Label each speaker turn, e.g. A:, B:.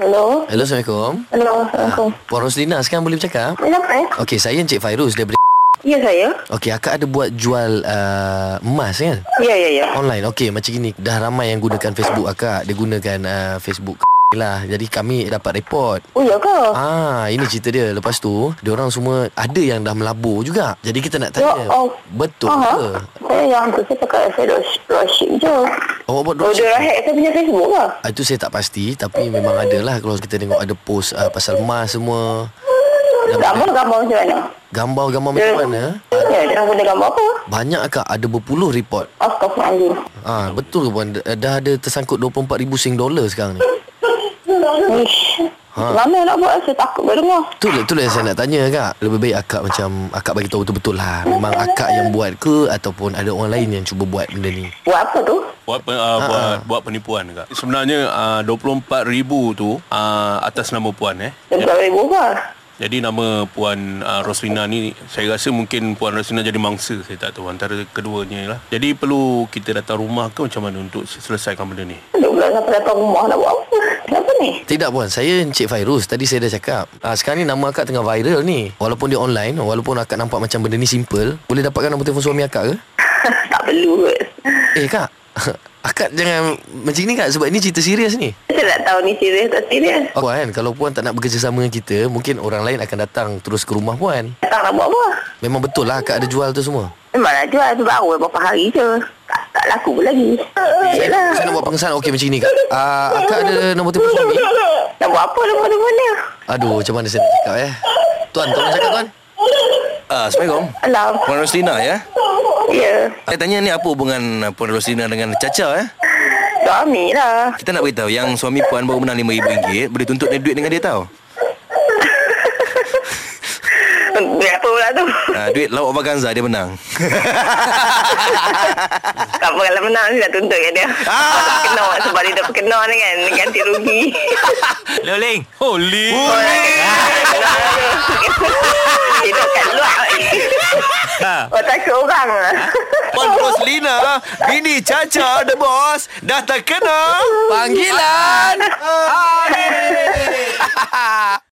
A: Hello.
B: Hello, Assalamualaikum.
A: Hello. Assalamualaikum.
B: Puan Roslina sekarang boleh bercakap?
A: Kenapa eh?
B: Okey, saya Encik Fairuz daripada
A: Ya saya.
B: Okey, akak ada buat jual uh, emas kan?
A: Ya ya ya.
B: Online. Okey, macam gini. Dah ramai yang gunakan Facebook akak. Dia gunakan uh, Facebook lah. Jadi kami dapat report.
A: Oh ya ke?
B: Ah, ini cerita dia. Lepas tu, diorang semua ada yang dah melabur juga. Jadi kita nak
A: Ya
B: tanya.
A: Allah.
B: Betul
A: Aha.
B: ke?
A: Saya yang tu saya cakap saya dropship dropship je.
B: Awak buat
A: Oh,
B: dropship?
A: dia hack saya punya Facebook lah.
B: Ah, Itu saya tak pasti Tapi memang ada lah Kalau kita tengok ada post uh, Pasal emas semua
A: Gambar-gambar macam mana?
B: Gambar-gambar macam mana
A: Ya, dia orang guna gambar apa?
B: Banyak kak Ada berpuluh report
A: Astaghfirullahaladzim.
B: Ah Betul ke puan Dah- Dah ada tersangkut 24,000 sing dolar sekarang ni
A: Ish.
B: Ha.
A: Mana nak buat? Saya takut buat dengar.
B: Tu lah, tu lah yang saya nak tanya kak Lebih baik akak macam Akak bagi tahu betul-betul lah Memang akak yang buat ke Ataupun ada orang lain yang cuba buat benda ni
A: Buat apa tu?
C: buat pen, uh, buat buat penipuan dekat. Sebenarnya uh, 24,000 tu uh, atas nama puan eh.
A: Dia buat
B: Ya.
A: ribu apa?
C: Jadi nama puan uh, Roslina ni saya rasa mungkin puan Roslina jadi mangsa saya tak tahu antara keduanya lah. Jadi perlu kita datang rumah ke macam mana untuk selesaikan benda ni.
A: Duduk pula sampai datang rumah nak buat apa? Kenapa ni?
B: Tidak puan Saya Encik Fairuz Tadi saya dah cakap ah, Sekarang ni nama akak tengah viral ni Walaupun dia online Walaupun akak nampak macam benda ni simple Boleh dapatkan nombor telefon suami akak ke?
A: tak perlu kot.
B: Eh kak Akak jangan macam ni kak Sebab ni cerita serius ni
A: Saya tak tahu ni serius tak serius.
B: Puan kan Kalau puan tak nak bekerjasama dengan kita Mungkin orang lain akan datang Terus ke rumah puan
A: Tak nak buat apa?
B: Memang betul lah akak ada jual tu sememua
A: Memanglah jual tu baru beberapa hari je. Tak, tak laku pun lagi. Yelah.
B: Saya nak buat pengesahan Okey macam ni kak ah, Akak ada nombor telefon suami
A: Nak buat apa nombor-nombor ni?
B: Aduh macam mana saya nak cakap eh Tuan tolong cakap tuan
D: Ah, Assalamualaikum.
A: Alam.
D: Puan Roslina ya.
A: Ya.
D: Saya tanya ni apa hubungan ah, Puan Roslina dengan Caca ya?
A: Suami lah.
D: Kita nak beritahu yang suami puan baru menang RM5,000 boleh tuntut dia duit dengan dia tahu.
A: Berapa pula tu?
D: Ah, duit lauk vaganza dia menang.
A: tak apa kalau menang saya nak tuntut kat dia. Kalau tak kena sebab dia tak kena ni kan. Ganti rugi.
E: Loling.
C: Holy.
A: Hidup kat luar. Oh takut orang lah.
D: Puan Roslina, bini Caca the boss dah terkena. Ah,
B: Panggilan